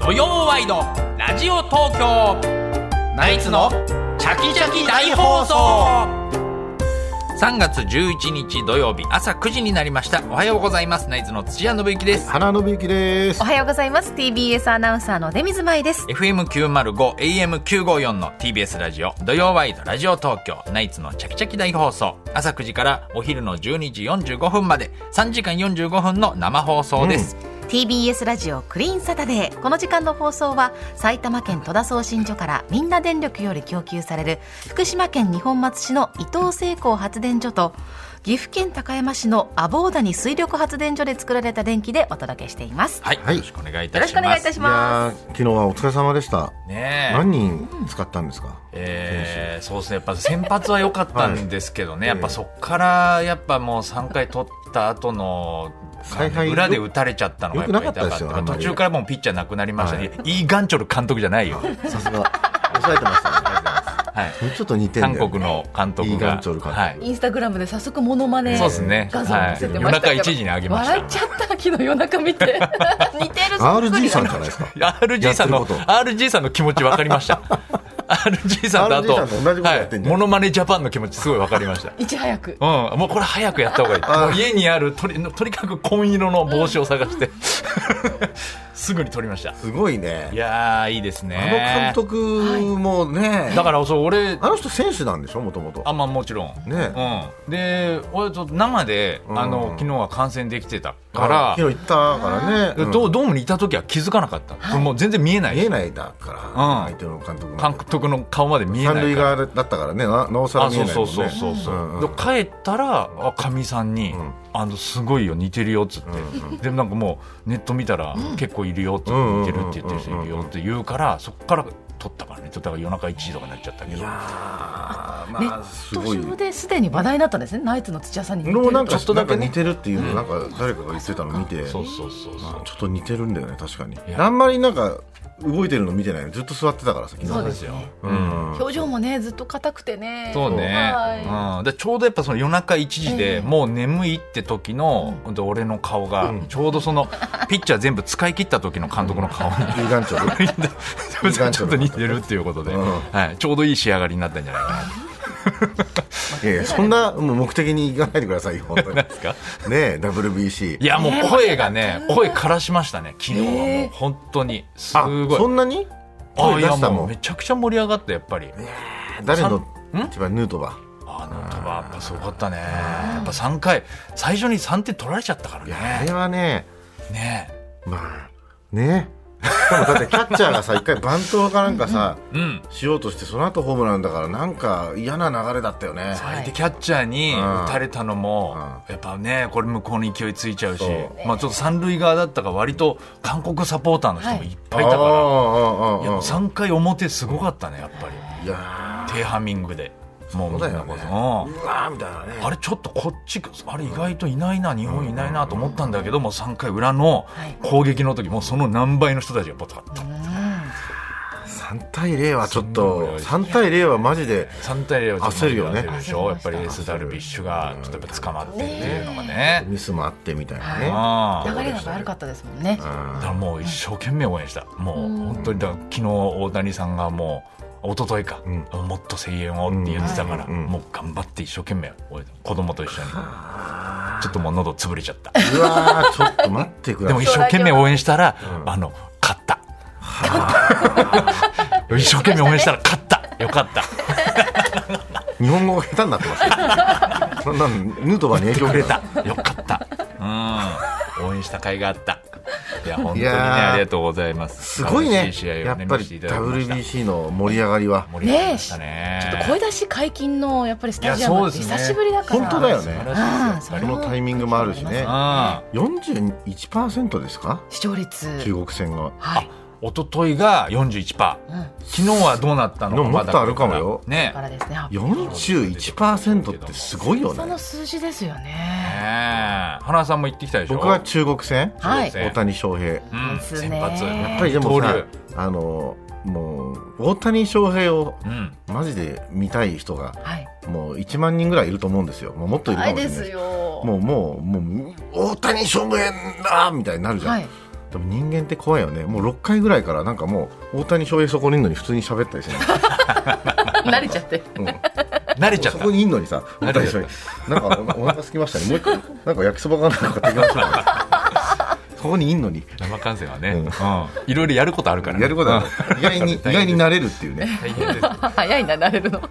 土曜ワイドラジオ東京ナイツのチャキチャキ大放送3月11日土曜日朝9時になりましたおはようございますナイツの土屋信之です花信之ですおはようございます TBS アナウンサーの出水舞です FM905 AM954 の TBS ラジオ土曜ワイドラジオ東京ナイツのチャキチャキ大放送朝9時からお昼の12時45分まで3時間45分の生放送です、 TBS ラジオクリーンサタデーこの時間の放送は埼玉県戸田送信所からみんな電力より供給される福島県二本松市の伊東製鋼発電所と岐阜県高山市の阿房谷水力発電所で作られた電気でお届けしていますはい、はいよろしくお願いいよたろししくお願まいいすたしいまやすー昨日はお疲れ様でした、ねえ何人使ったんですか、えー、そうですねやっぱ先発は良かったんですけどね、はいやっぱそこからやっぱもう3回取った後の采配裏で打たれたのがやっぱり痛かったよくなかったですよあんま途り中からもうピッチャーなくなりましたね、い、いガンチョル監督じゃないよ、さすが抑えてましたねありがとうございまはい、すちょっと似てんだよ韓ね国の監督がイーガンチョル監督はい、インスタグラムで早速モノマネそうですね、画像をは見い、せて夜ました中け1ど、時に上げました笑っちゃった昨日夜中見て似てる RG さんじゃないですか RG さんやのってること RG さんの気持ち分かりました RG さんとあ RG さんと同じことやってとんじゃモんノマネジャパンの気持ちすごい分かりましたいち早くうん、もうこれ早くやった方がいい。あーもう家にあるとり、とにかく紺色の帽子を探して、 すぐに取りました。すごいいねやー、いいですあね。の監督もね、だから、そう、俺、あの人選手なんでしょもともとあんまあもちろん。ねうん。で、俺、ちょっと生で、うんあの、昨日は観戦できてたか昨日行ったからね、ら、うんドドームにいた時は気づかなかった。もう全然見えない。見えないだから、うん相手の監督監の督の顔まで見えない三から。塁側だったからねななおさらあ見えそうないそもんうねそうそうそう、うんうんで帰ったらあかみさんに、んあのすごいよ似てるよ」っつって、でもなんかもうネット見たら、結構いるよって似てるって言ってる人いるよって言うからそこから撮ったからね撮ったから夜中1時とかになっちゃったけどいやーちネまあすットごい上ですでに話題になったんですね、ナイツの土屋さんに似てるのとなんかちょっとだけねなんか似てるっていうのなんか誰かが言ってたの見て、そうそうそうそう、ちょっと似てるんだよね確かにやあんまりなんか動いてるの見てないずっと座ってたからさ昨日そうですすよ、ううんん表情もねずっと硬くてねそうね、はうん、でちょうどやっぱその夜中1時で、ええもう眠いって時の、ほんと俺の顔が、ちょうどそのピッチャー全部使い切った時の監督の顔 に有眼長でちょっと似てるっていうことで、うんはい、ちょうどいい仕上がりになったんじゃないかな。いやいやそんなもう目的に行かないでくださいよ本当にねですかえ WBC いや、もう声がね、声枯らしましたね、昨日はえもうえ本当に。すあごい。そんなにあ、声い出や、したももうんめちゃくちゃ盛り上がった、やっぱり。誰のさんん一番ヌートバあの音はやっぱすごかったね。やっぱ3回、最初に3点取られちゃったからーいやあれね。はねねまあねしかもだってキャッチャーがさ一回バントかなんかさうん。しようとしてその後ホームランだからなんか嫌な流れだったよね相手キャッチャーにうん打たれたのも、やっぱね、これ向こうに勢いついちゃうしそう、まあちょっと三塁側だったから割と韓国サポーターの人もいっぱいいたかあら、あああああいや3回表すごかったねやっぱりいや低ハミングでもそうだよねみんなーこうわーみたいなねううんあれちょっとこっちあれ意外といないな日本いないなと思ったんだけども3回裏のはい攻撃の時もうその何倍の人たちがボタッと3対0はちょっすごとい3対0はマジで3対0は焦るよねでしょやっぱりエースダルビッシュがちょっとやっぱ捕まってっていうのがねミスもあってみたいなうねんい流れが悪かったですもんねだからもう一生懸命応援したもう本当にだから昨日大谷さんがもう一昨日か、もっと声援をって言ってたから、もう頑張って一生懸命応援子供と一緒にちょっともう喉潰れちゃったうわーちょっと待ってくだでさもい一生懸命応援したら、あの勝った 一生懸命応援したら勝ったよかった日本語が下手になっ てますよそんなのヌートバーに影響をく受れけたたよかったうん応援した甲斐があったいや、本当にいね、やあーりがとうございます。すごいね楽し試合をねやっぱり見せていただきました WBC の盛り上がりは盛り上がりましたね。ちょっと声出し解禁のやっぱりスタジアムっていやそうですね久しぶりだから本当だよね素晴うんらしいですそよ、やれっはこのタイミングもあるしねぱり。 41%ですか視聴率中国戦がはい、うん。一昨日が41%。うん、昨日はどうなったのでももっとまだあるかもよだねからですね41%ってすごいよそねの数字ですよえ。ねねえ花さんも行ってきたでしょ僕は中国戦はいそうですね大谷翔平うん、です先ね発。やっぱりでも二さ刀あのもう大谷翔平をうん。マジで見たい人がはいもう1万人ぐらいいると思うんですよもうもっといるはかいもしでれなすいよもうもうもう大谷翔平だーみたいになるじゃん、はいでも人間って怖いよねもう6回ぐらいからなんかもう大谷翔平そこにいるのに普通に喋ったりしない、 慣れちゃって うん慣れちゃっそたこ。にいんのにさ慣れ大ちゃ谷った翔平なんかおお腹空きましたねもう一個なんか焼きそばかなんか買ってきましたね そこにいんのに生観戦はね、ううんん、いろいろやることあるから、ね。やることうはん意 外に意外になれるっていうね大変です。早いな慣れるの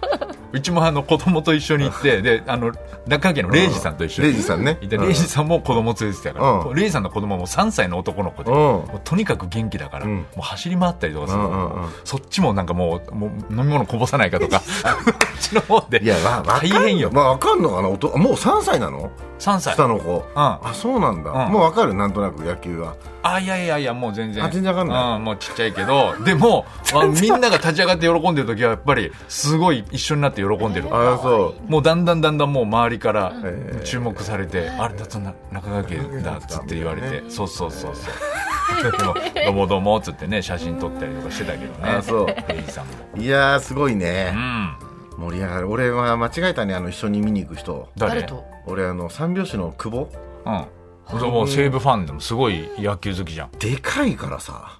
うちもあの子供と一緒に行って、で、あの、中家のレイジさんと一緒レイに。ジさんねいてレイジさんも子供連れてたから、うんレイジさんの子供も3歳の男の子で、うんもうとにかく元気だから、うんもう走り回ったりとかする、うんうんうんそっちもなんかもうもう飲み物こぼさないかとか こっちの方でいや、まあ、わかん大変よまあ、わかんのかな、おと、もう3歳なの。 3歳下の子。あ、そうなんだ。うんもうわかる、なんとなく野球は。あいやいやいやもう全然、あ全然わかんないうん、もうちっちゃいけどで もあみんなが立ち上がって喜んでる時はやっぱりすごい一緒になって喜んでるからあ、そう。もうだんだんだんだんもう周りからえー注目されて、あれだとな中川家だっつって言われて、ねそうそうそうそう、でもどうもどうもっつってね写真撮ったりとかしてたけどねあそうレイジさんもいやー、すごいうね。ん盛り上がる。俺は間違えたね、あの、一緒に見に行く人。誰と俺、あの、三拍子の久保。うんでも西武ファンでもすごい野球好きじゃんでかいからさ。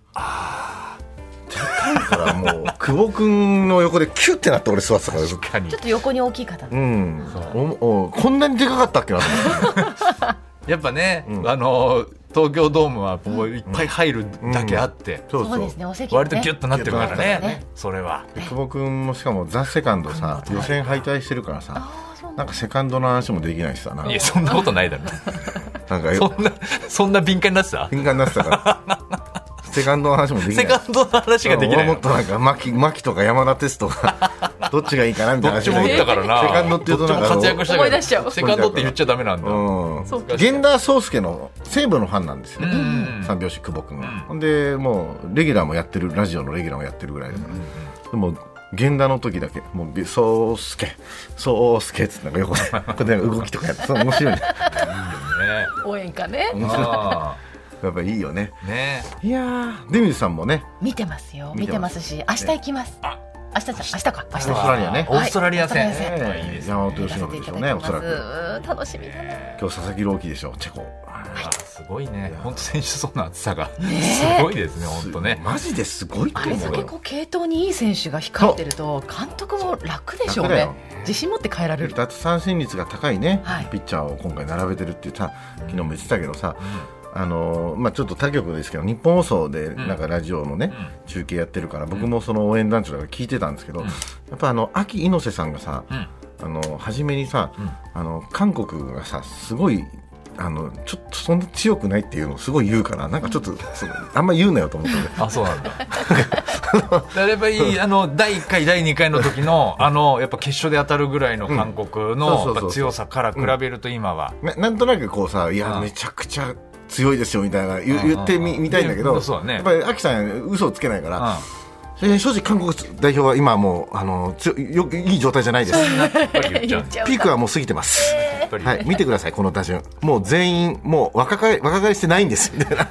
でかいから、もう、 久保くんの横でキュってなって、俺座ってたから。確かにちょっと横に大きい方うん、おおこんなにでかかったっけなと思ってやっぱね、うんあの東京ドームはこういっぱい入るだけあって、そうそうですねお席もね割とギュッとなってるからねねそれはで久保君もしかも「ザ・セカンドさ予選敗退してるからさああそうなんだなんかセカンドの話もできないしさなんかいやそんなことないだろなんかそんなそんな敏感になってた敏感になってたから セカンドの話もできなセいカンドの話ができな俺はいものっとなんか牧牧とか山田哲とかどっちがいい かなみたいどなっ話ちも打ったからなセカンドっていうとどっなちもんか活躍した思けどい出しちゃうセカンドって言っちゃダメなんだ、うんそうか源田壮亮の西武のファンなんですよね、うん三拍子久保君は、うんほんでもうレギュラーもやってるラジオのレギュラーもやってるぐらいだから、でも源田の時だけもう「そうすけそうすけ」っつってなんか横で こうやって動きとかやってそう面 白いねね応援歌ね面白いあやっぱいいよねーねいやー出水さんもね見てますよ見見ててまますすし明日行きますあ明日じゃ明日か明日オーストラリアねオーストラリア戦、はいオーストラリアいいですね山本由させ伸ていでしたょうだきねおますそらくうーん楽しみだなね今日佐々木朗希でしょチェコあーすごいね本当選手層の厚さが、すえごいですね本当ねマジですごいとあ思うれだけこう系統にいい選手が光ってると監督も楽でしょう楽だねよ自信持って変えられる奪三振率が高いね、はいピッチャーを今回並べてるっていうさ昨日も言ってたけどさ、あのーまあ、ちょっと他局ですけど日本放送でなんかラジオのね、中継やってるから僕もその応援団長だから聞いてたんですけど、やっぱあの秋猪瀬さんがさ、んあの初めにさ、あの韓国がさすごいあのちょっとそんな強くないっていうのをすごい言うからなんかちょっと、そのあんま言うなよと思って あそう なんだだればいいあの第1回第2回の時のあのやっぱ決勝で当たるぐらいの韓国うんのそうそうそうやっぱ強さから比べると今は、ななんとなくこうさ、いや、うんめちゃくちゃ強いですよみたいな言うんうん言ってみみたいんだけでど、そうだねやっぱりアキさん、嘘をつけないかうんら、えー正直、韓国代表は今もうあの強いよくいい状態じゃないです、やっぱり言っちゃう言っちゃうピークはもう過ぎてます。やっぱり、はい、見てください、この打順、もう全員、もう若返若返りしてないんですみたいな、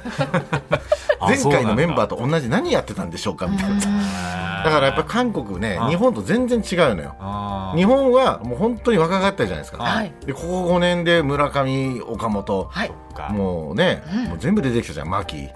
あ前回のメンそバーと同じ、何やってたんでしょうかみたいな、うなんだだからやっぱ韓国ね、日本と全然違うのよ、あー日本はもう本当に若返ったじゃないですか、はいでここ5年で村上、岡本、はいかもうね、もう全部出てきたじゃん、牧、う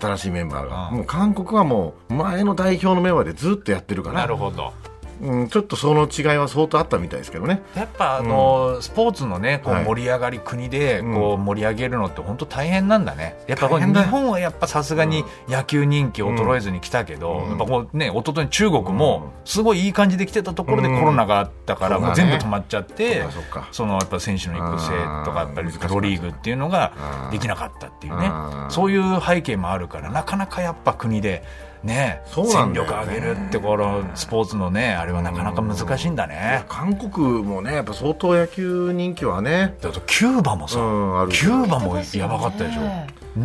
新しいメンバーが、うんもう韓国はもう前の代表のメンバーでずっとやってるかんならる、ほどうん、ちょっとその違いは相当あったみたいですけどね。やっぱあの、スポーツのねこうはい盛り上がり、国でこう盛り上げるのって本当大変なんだねやっぱこう大変日だよ本はやっぱさすがに野球人気衰えずに来たけど、やっぱこうね一昨日中国もすごいいい感じで来てたところでうんコロナがあったから、そうだもうね全部止まっちゃって、そっかそっかそのやっぱ選手の育成とかやっぱりあー難しかったプロリーグっていうのができなかったっていうねあーそういう背景もあるからなかなかやっぱ国で。ね、そうな戦んだよね力上げるってこのスポーツのねあれはなかなか難しいんだね。韓国もね、やっぱ相当野球人気はね、だとキューバもさ、うんあるキューバもやばかったでしょ、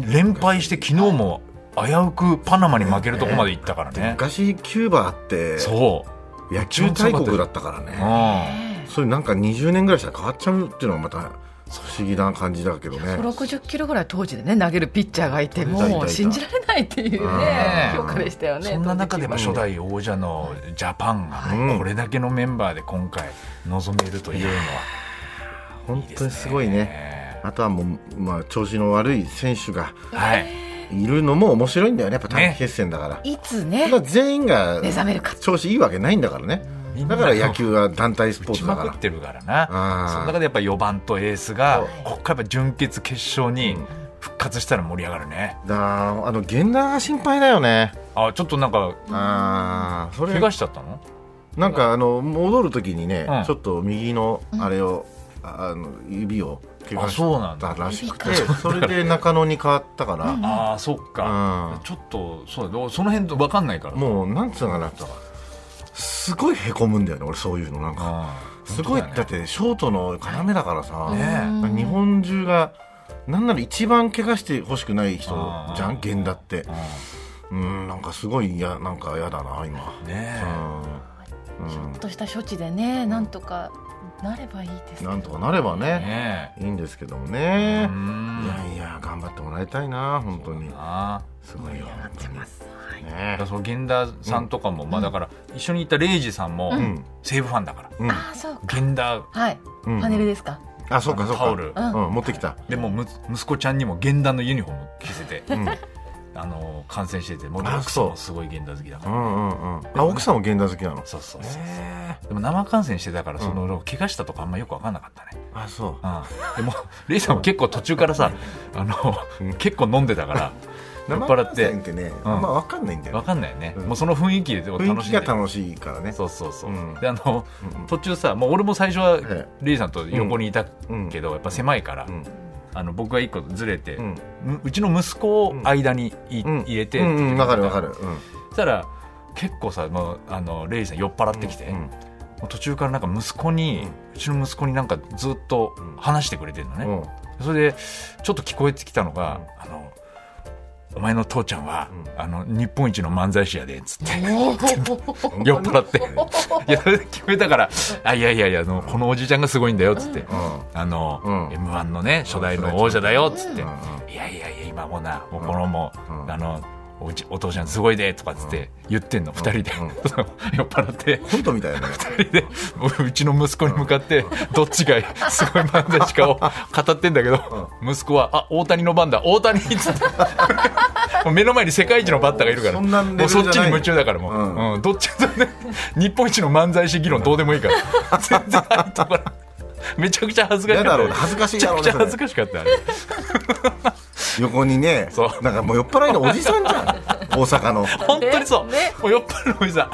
連敗して昨日も危うくパナマに負けるとこまで行ったからね、昔キューバってそう、野球大国だったからね。うそういうなんか20年ぐらいしたら変わっちゃうっていうのがまた不思議な感じだけどね。 60キロぐらい当時でね投げるピッチャーがいていたいたもう信じられないっていうねあー評価でしたよん、ねそんな中でも当時初代王者のジャパンうがんこれだけのメンバーで今回臨めるというのは本当にすごいね。ねあとはもう、まあ、調子の悪い選手がはいいるのも面白いんだよね。やっぱ短期決戦だから。いつたねだ全員が目覚めるか調子いいわけないんだからね。だから野球は団体ス打ポーちツだまかくらっ。てるからなうんその中でやっぱ4番とエースがここからやっぱ準決決勝に復活したら盛り上がるねだからあの源田が心配だよね。あちょっとなんかああ、それ怪我しちゃったのなんかあの戻る時にね、うんちょっと右のあれを、ああの指を怪我あそうなんしだたらしくて、それで中野に変わったから、ああそっか、うんちょっとそうだその辺分かんないからもうなんつうのかなすごいへこむんだよね。俺そういうのなんか、うんすごい本だ,、当よねってショートの要だからさ、ね日本中が。なんなら一番怪我してほしくない人じゃん源田ってうんなんかすごい嫌なんか嫌だな今えねうんちょっとした処置でねなんとかなればいいでうんすけどなんとかなればえねねいいんですけどもえねうーんいやいや頑張ってもらいたいな本当にあすごいよ本当にあねその源田さんとかも、まあだから一緒にいたレイジさんも、ん西武ファンだからうんああそうか源田はいうんパネルですかあそうかそうかタオルうん持ってきたでもむ息子ちゃんにも源田のユニフォームを着せ て、んあの感染しててもうあ奥さんもすごい源田好きだかうら、んうんうんあ奥さんも源田好きなのそうそうそうそうでも生観戦してたからその、怪我したとかあんまよく分かんなかったねあそううん、でもレイさんも結構途中からさあの結構飲んでたから酔っ払って生観戦ねあんま分かんないんだよ分かんないよね、うんもうその雰囲気を雰楽囲しん気でが楽しいからねそうそうそう、うんであのうんうん途中さもう俺も最初はえレイさんと横にいたけど、やっぱ狭いから、うんあの僕が一個ずれて、ううんうちの息子を間にい、うん入れて、うんうんわかるわかるそしたら結構さもうあのレイさん酔っ払ってきて、うんうんもう途中からなんか息子に、うちの息子になんかずっと話してくれてるのね、うんそれでちょっと聞こえてきたのが「あのお前の父ちゃんは、あの日本一の漫才師やで」っつって 酔っ払っていやそれで聞こえたから「あいやいやいやあのこのおじちゃんがすごいんだよ」っつって「あのうん m 1のね初代の王者だよ」っつってうん「いやいやいや今もうなもうこのもう、うんあのおじお父ちゃんすごいで」とかっつって言ってんの二人で、うん 酔っ払って。コントみたい なねでうちの息子に向かってどっちがすごい 漫才師かを語ってんだけど息子は「あ大谷の番だ大谷」っつって もう目の前に世界一のバッターがいるからそんなレベもうルじそゃっないちに夢中だからもう、うんうんどっちだね日本一の漫才師議論どうでもいいから 全然入ったからめちゃくちゃ恥ずかし嫌かだったろうめね恥ずかしいちだゃくろうちねゃ恥ずそれかしかったあれ横にねそうなんかもう酔っ払いのおじさんじゃ ん大阪の本当にそう、ねもう酔っ払うおじさ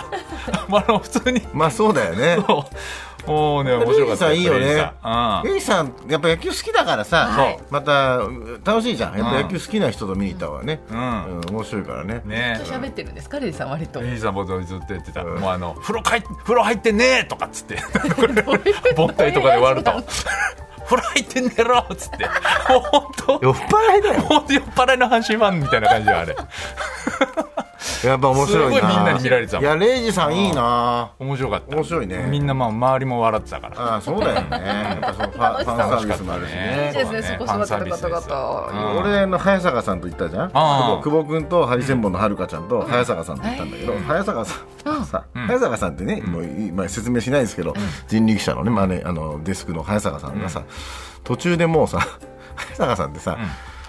ん もうあの普通にまあそうだよねもうもうね面白かったルイさんいいよねルイさんうんゆいさん、やっぱ野球好きだからさ、はいまた楽しいじゃん、やっぱ野球好きな人と見に行った方がね、ううんん面白いからね。ねずっと喋ってるんですかレイさん割といいさんもずっとやってた、うんもうあの風呂かい風呂入ってねえとかっつって 盆体とかで割ると 風呂入って寝ろっつってもう本当酔っ払いだよ。ほんと酔っ払いの阪神ファンみたいな感じで あれやっぱ面白いな。すごいみんなに見られてたもんいや、レイジさんいいな。面白かった面白いねみんなまあ周りも笑ってたからああ、そうだよね。やっぱそのファンファンサービスもあるし楽いいしかね。ですそうだねねそこフ座ってる方ァンサービスです々うん俺の早坂さんと行ったじゃんああ久保久保君とハリセンボンのはるかちゃんと早坂さんと行ったんだけど、早坂さんさ、早坂さんってね、もう今説明しないですけど、人力車のね、まあね、あのデスクの早坂さんがさ、途中でもうさ 早坂さんってさ、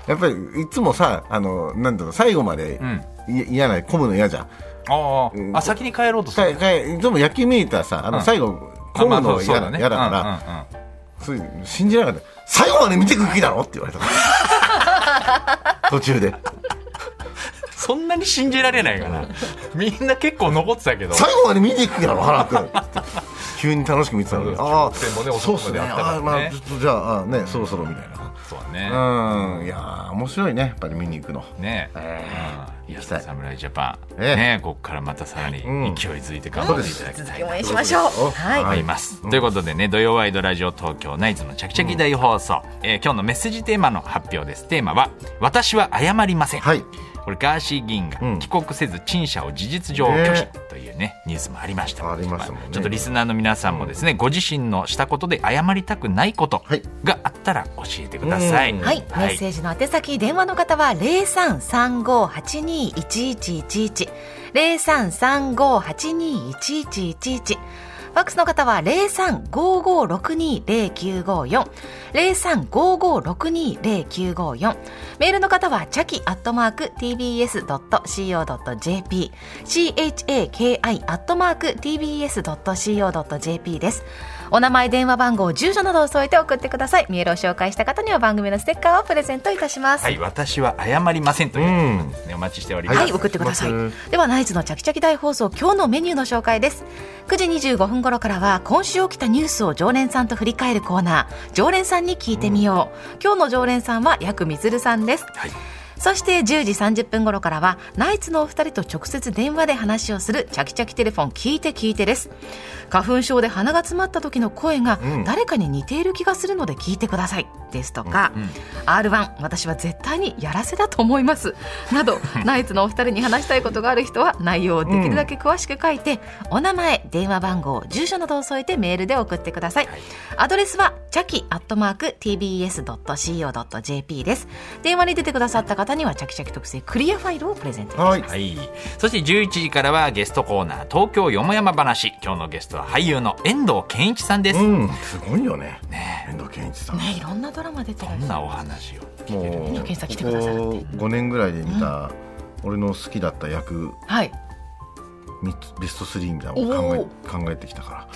やっぱりいつもさあのなんだろう最後までい嫌、な混むの嫌じゃんあうーんあ先に帰ろうとすかるいかいでも焼き見えたらさあうのん最後混むのが嫌だ,、嫌だから、らそういう信じなかった最後まで見てく気だろって言われた 途中でそんなに信じられないかなみんな結構残ってたけど最後まで見ていく気だろ原君 急に楽しく見てたのでああでもねそうっすね男であったからあねあまあちょっとじゃああねそろそろみたいなそうだねうんいやー面白いねやっぱり見に行くのねえうんいや行きたい侍ジャパン、ええね、ここからまたさらに勢いうんづいて頑張っていただきたいと応援しましょうそうですよはいは思います、ということでね「土曜ワイドラジオ東京ナイツのチャキチャキ大放送」えー今日のメッセージテーマの発表ですテーマは「私は謝りません」はいこれガーシー議員がうん帰国せず陳謝を事実上拒ね否というねニュースもありましたありましたもんねあちょっとリスナーの皆さんもですねご自身のしたことで謝りたくないことはいがあったら教えてください、うんはい、メッセージの宛先電話の方は零三三五八二一一一一零三三五八二一一一一ファックスの方は零三五五六二零九五四零三五五六二零九五四メールの方はチャキアットマーク tbs ドット co ドット jp c h a k i アットマーク tbs ドット co ドット jp です。お名前、電話番号、住所などを添えて送ってください。メールを紹介した方には番組のステッカーをプレゼントいたします。は、はいい、私は謝りませんといううんことですね、お待ちしております。送ってくださいお願いし。では、ナイツのチャキチャキ大放送、今日のメニューの紹介です。9時25分頃からは、今週起きたニュースを常連さんと振り返るコーナー、常連さんに聞いてみよう。今日の常連さんは、ヤクミズルさんです。はいそして10時30分頃からはナイツのお二人と直接電話で話をするチャキチャキテレフォン聞いて聞いてです花粉症で鼻が詰まった時の声がうん誰かに似ている気がするので聞いてくださいですとか、R1 私は絶対にやらせだと思います などナイツのお二人に話したいことがある人は内容をできるだけ詳しく書いて、お名前電話番号住所などを添えてメールで送ってください、アドレスはチャキアットマーク tbs.co.jp です電話に出てくださった方にはチャキチャキ特製クリアファイルをプレゼントいたしますはいはい、そして11時からはゲストコーナー東京よもやま話今日のゲストは俳優の遠藤健一さんです、うんすごいよねね遠藤健一さんねいろんなドラマ出てどるんなお話をもう遠藤健一さん来てくださるってここ5年ぐらいで見た、俺の好きだった役はい三つベスト3みたいなのを考え考えてきたか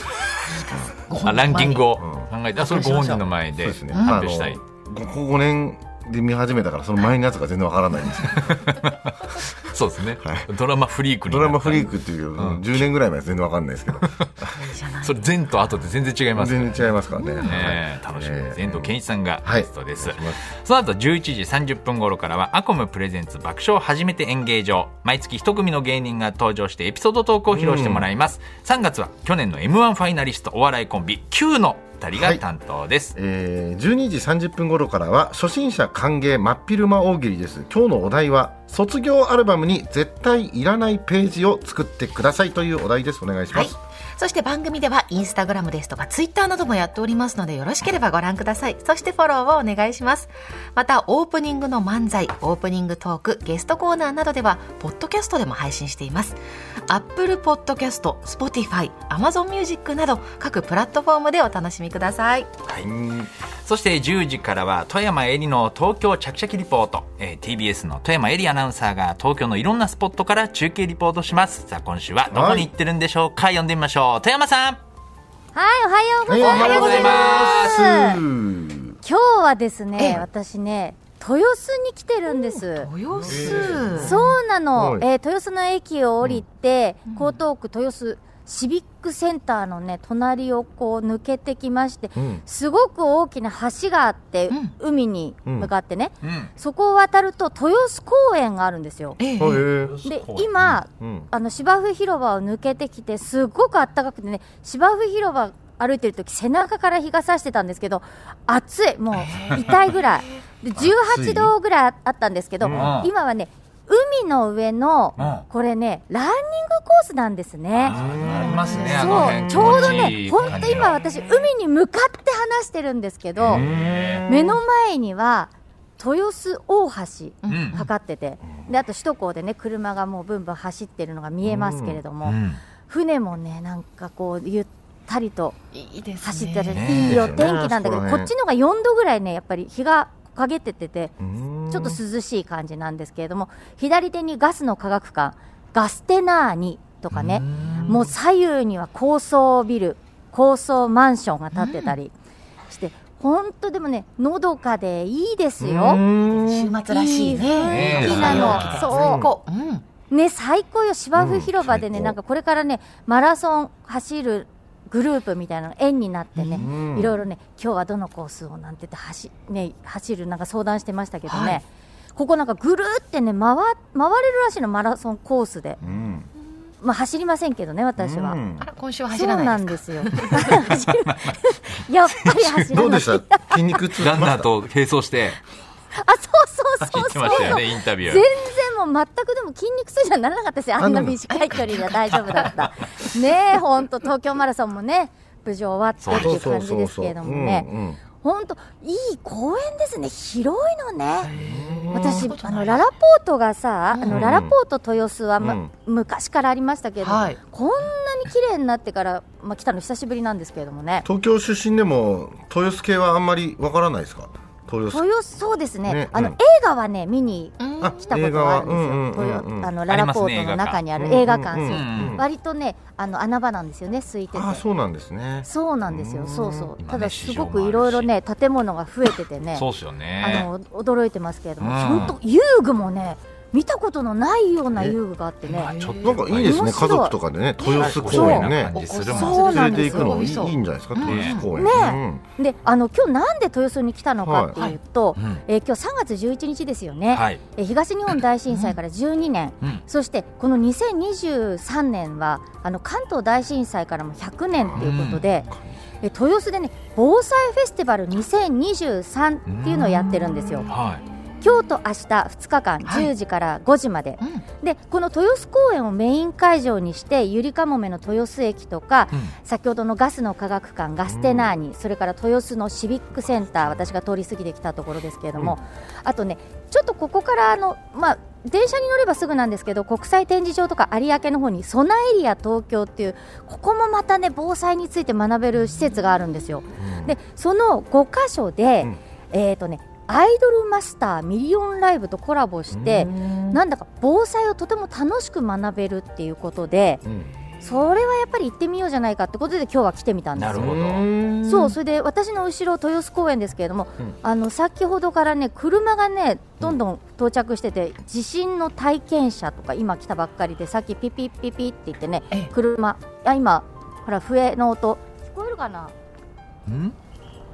らあランキングをうん考えて、あそれご本人の前でそうですね、発あ表のしたい、ここ5年で見始めたからその前のやつが全然わからないんですよそうですね、はいドラマフリークにドラマフリーククっていう10年ぐらい前は全然わかんないですけどいいじゃないそれ前と後で全然違いますからね全然違いますからねねえ楽しみです、遠藤健一さんがはいゲストです、その後11時30分頃からはアコムプレゼンツ爆笑初めて演芸場毎月一組の芸人が登場してエピソードトークを披露してもらいます、3月は去年の m 1ファイナリストお笑いコンビ Q の2人が担当です、えー12時30分頃からは初心者歓迎真っ昼間大喜利です今日のお題は卒業アルバムに絶対いらないページを作ってくださいというお題ですお願いしはまいす、。そして番組ではインスタグラムですとかツイッターなどもやっておりますのでよろしければご覧ください。そしてフォローをお願いします。またオープニングの漫才、オープニングトーク、ゲストコーナーなどではポッドキャストでも配信しています。Apple Podcast、Spotify、Amazon Music など各プラットフォームでお楽しみください。そして10時からは富山えりの東京ちゃきちゃきリポート、えー TBS の富山えりアナウンサーが東京のいろんなスポットから中継リポートしますさあ今週はどこに行ってるんでしょうか、呼んでみましょう富山さんはい、おはようございまはいおす。はようございます。うん今日はですね、ええ私ね、豊洲に来てるんです。お様子。そうなの、はいえー豊洲の駅を降りて、江東区豊洲シビックセンターのね、隣をこう抜けてきまして、うんすごく大きな橋があって、うん海に向かってね、うんそこを渡ると豊洲公園があるんですよ。あええへーで、今、うんあの芝生広場を抜けてきて、すごくあったかくてね、芝生広場歩いてるとき、背中から日が差してたんですけど、暑い、もう痛いぐらい、で暑い18度ぐらいあったんですけど、うん今はね、海の上の、うこれね、ランニングコースなんですね。ありますねあのそ辺うちょう気ど持ちいね、い本感当じの今、私、海に向かって話してるんですけど、目の前には豊洲大橋。うんかかってて、であと首都高でね車がもうブンブン走ってるのが見えますけれどうも、ん船もねなんかこうゆったりといいですね。走ってる、ねいいお天気なんだけど、ねこっちのが4度ぐらいねやっぱり日が陰ってててうんちょっと涼しい感じなんですけれども、左手にガスの科学館ガステナーニとかね、もう左右には高層ビル、高層マンションが建ってたりして、本当でもね、のどかでいいですよ。週末らしいね。いい雰囲気なのねそうこう。うん。ね、最高よ、芝生広場でね、うんなんかこれからね、マラソン走るグループみたいなの、円になってね、いろいろね、今日はどのコースをなんて言って走,、ね、走る、なんか相談してましたけどね、はいここなんかぐるーってね、回回れるらしいの、マラソンコースで、うんまあ、走りませんけどね、私は。うんあら、今週はそ走うらなないんですですよ。 走るやっぱり走らどうなでい。 した筋肉痛ランナーと並走してあ、そうそ言うそうってそう。ましたよね、インタビュー全。然もう全くでも筋肉痛じゃならなかったですよ、あんな短い距離じゃ大丈夫だ った。ねえ、本当、東京マラソンもね、無事終わったっていう感じですけれどもうんね、うん本当、いい公園ですね、広いのね。私そんなことあないのララポートがさ、あのララポート豊洲は、まうん昔からありましたけれども、はいこんなに綺麗になってから、まあ、来たの久しぶりなんですけれどもね東京出身でも豊洲系はあんまりわからないですか豊洲豊洲そうですねねあの、うん映画はね見にあ来たことがあ映画はうるんですよ、んうんうんうん豊あのあラりラますポねートの中にあるうん映画館、うんそううんうん割とねあの穴場なんですよね空いててああそうなんですねそうなんですよそうそう今ねただすごくいろいろね建物が増えててねそうっすよね。あの驚いてますけれどもうん本当遊具もね見たことのないような遊具があってねちょっなんかいいです面ね白家い族とかでね豊洲公園ねそうお子さんそうな連んれてです行よくのもいいいそういんじゃないですかうん豊洲公園ねえうんであの今日なんで豊洲に来たのかっていうと、いうんえー今日3月11日ですよね、はいえー東日本大震災から12年、うんそしてこの2023年はあの関東大震災からも100年ということで、えー豊洲でね防災フェスティバル2023っていうのをやってるんですよ。はい。今日と明日2日間はい10時から5時まで、うんでこの豊洲公園をメイン会場にしてゆりかもめの豊洲駅とか、先ほどのガスの科学館ガステナーに、それから豊洲のシビックセンター私が通り過ぎてきたところですけれども、あとねちょっとここからあの、まあ、電車に乗ればすぐなんですけど国際展示場とか有明の方にソナエリア東京っていうここもまたね防災について学べる施設があるんですよ。でその5箇所で、うんえーとねアイドルマスターミリオンライブとコラボしてなんだか防災をとても楽しく学べるっていうことでうんそれはやっぱり行ってみようじゃないかってことで今日は来てみたんですなるほよ。ど。そうそれで私の後ろ豊洲公園ですけれども、あの先ほどからね車がねどんどん到着してて、地震の体験者とか今来たばっかりでさっきピピピピって言ってねええ車あ今ほら笛の音聞こえるかな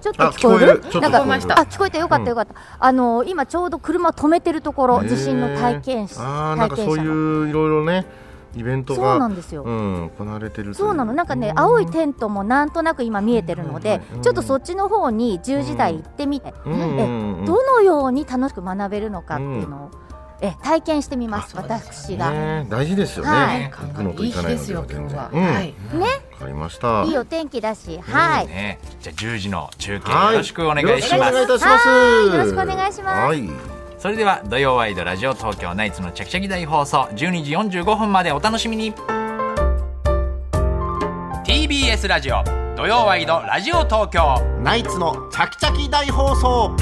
ちょっとあ聞こえ聞こるえるちょっとなん聞こえましたあ聞こえたよかったよかった、あの今ちょうど車止めてるところへー地震の体験者ああなんか体験そう者いのういろいろねイベントそうながんですよ、うん行われてるといそうなのなんかね青いテントもなんとなく今見えてるので、うんちょっとそっちの方に10時台行ってみて、うんうんうんうんえどのように楽しく学べるのかっていうのを、え体験してみます、私が、ね大事ですよはいね行くのと行かないのでは全然はうんわい。かりましたいいお天気だし、はい、ね、じゃあ10時の中継はよろしくお願いしまよろしくお願いす。いたしますはいよろしくお願いしますはいそれでは土曜ワイドラジオ東京ナイツのチャキチャキ大放送12時45分までお楽しみに。TBS ラジオ土曜ワイドラジオ東京。ナイツのチャキチャキ大放送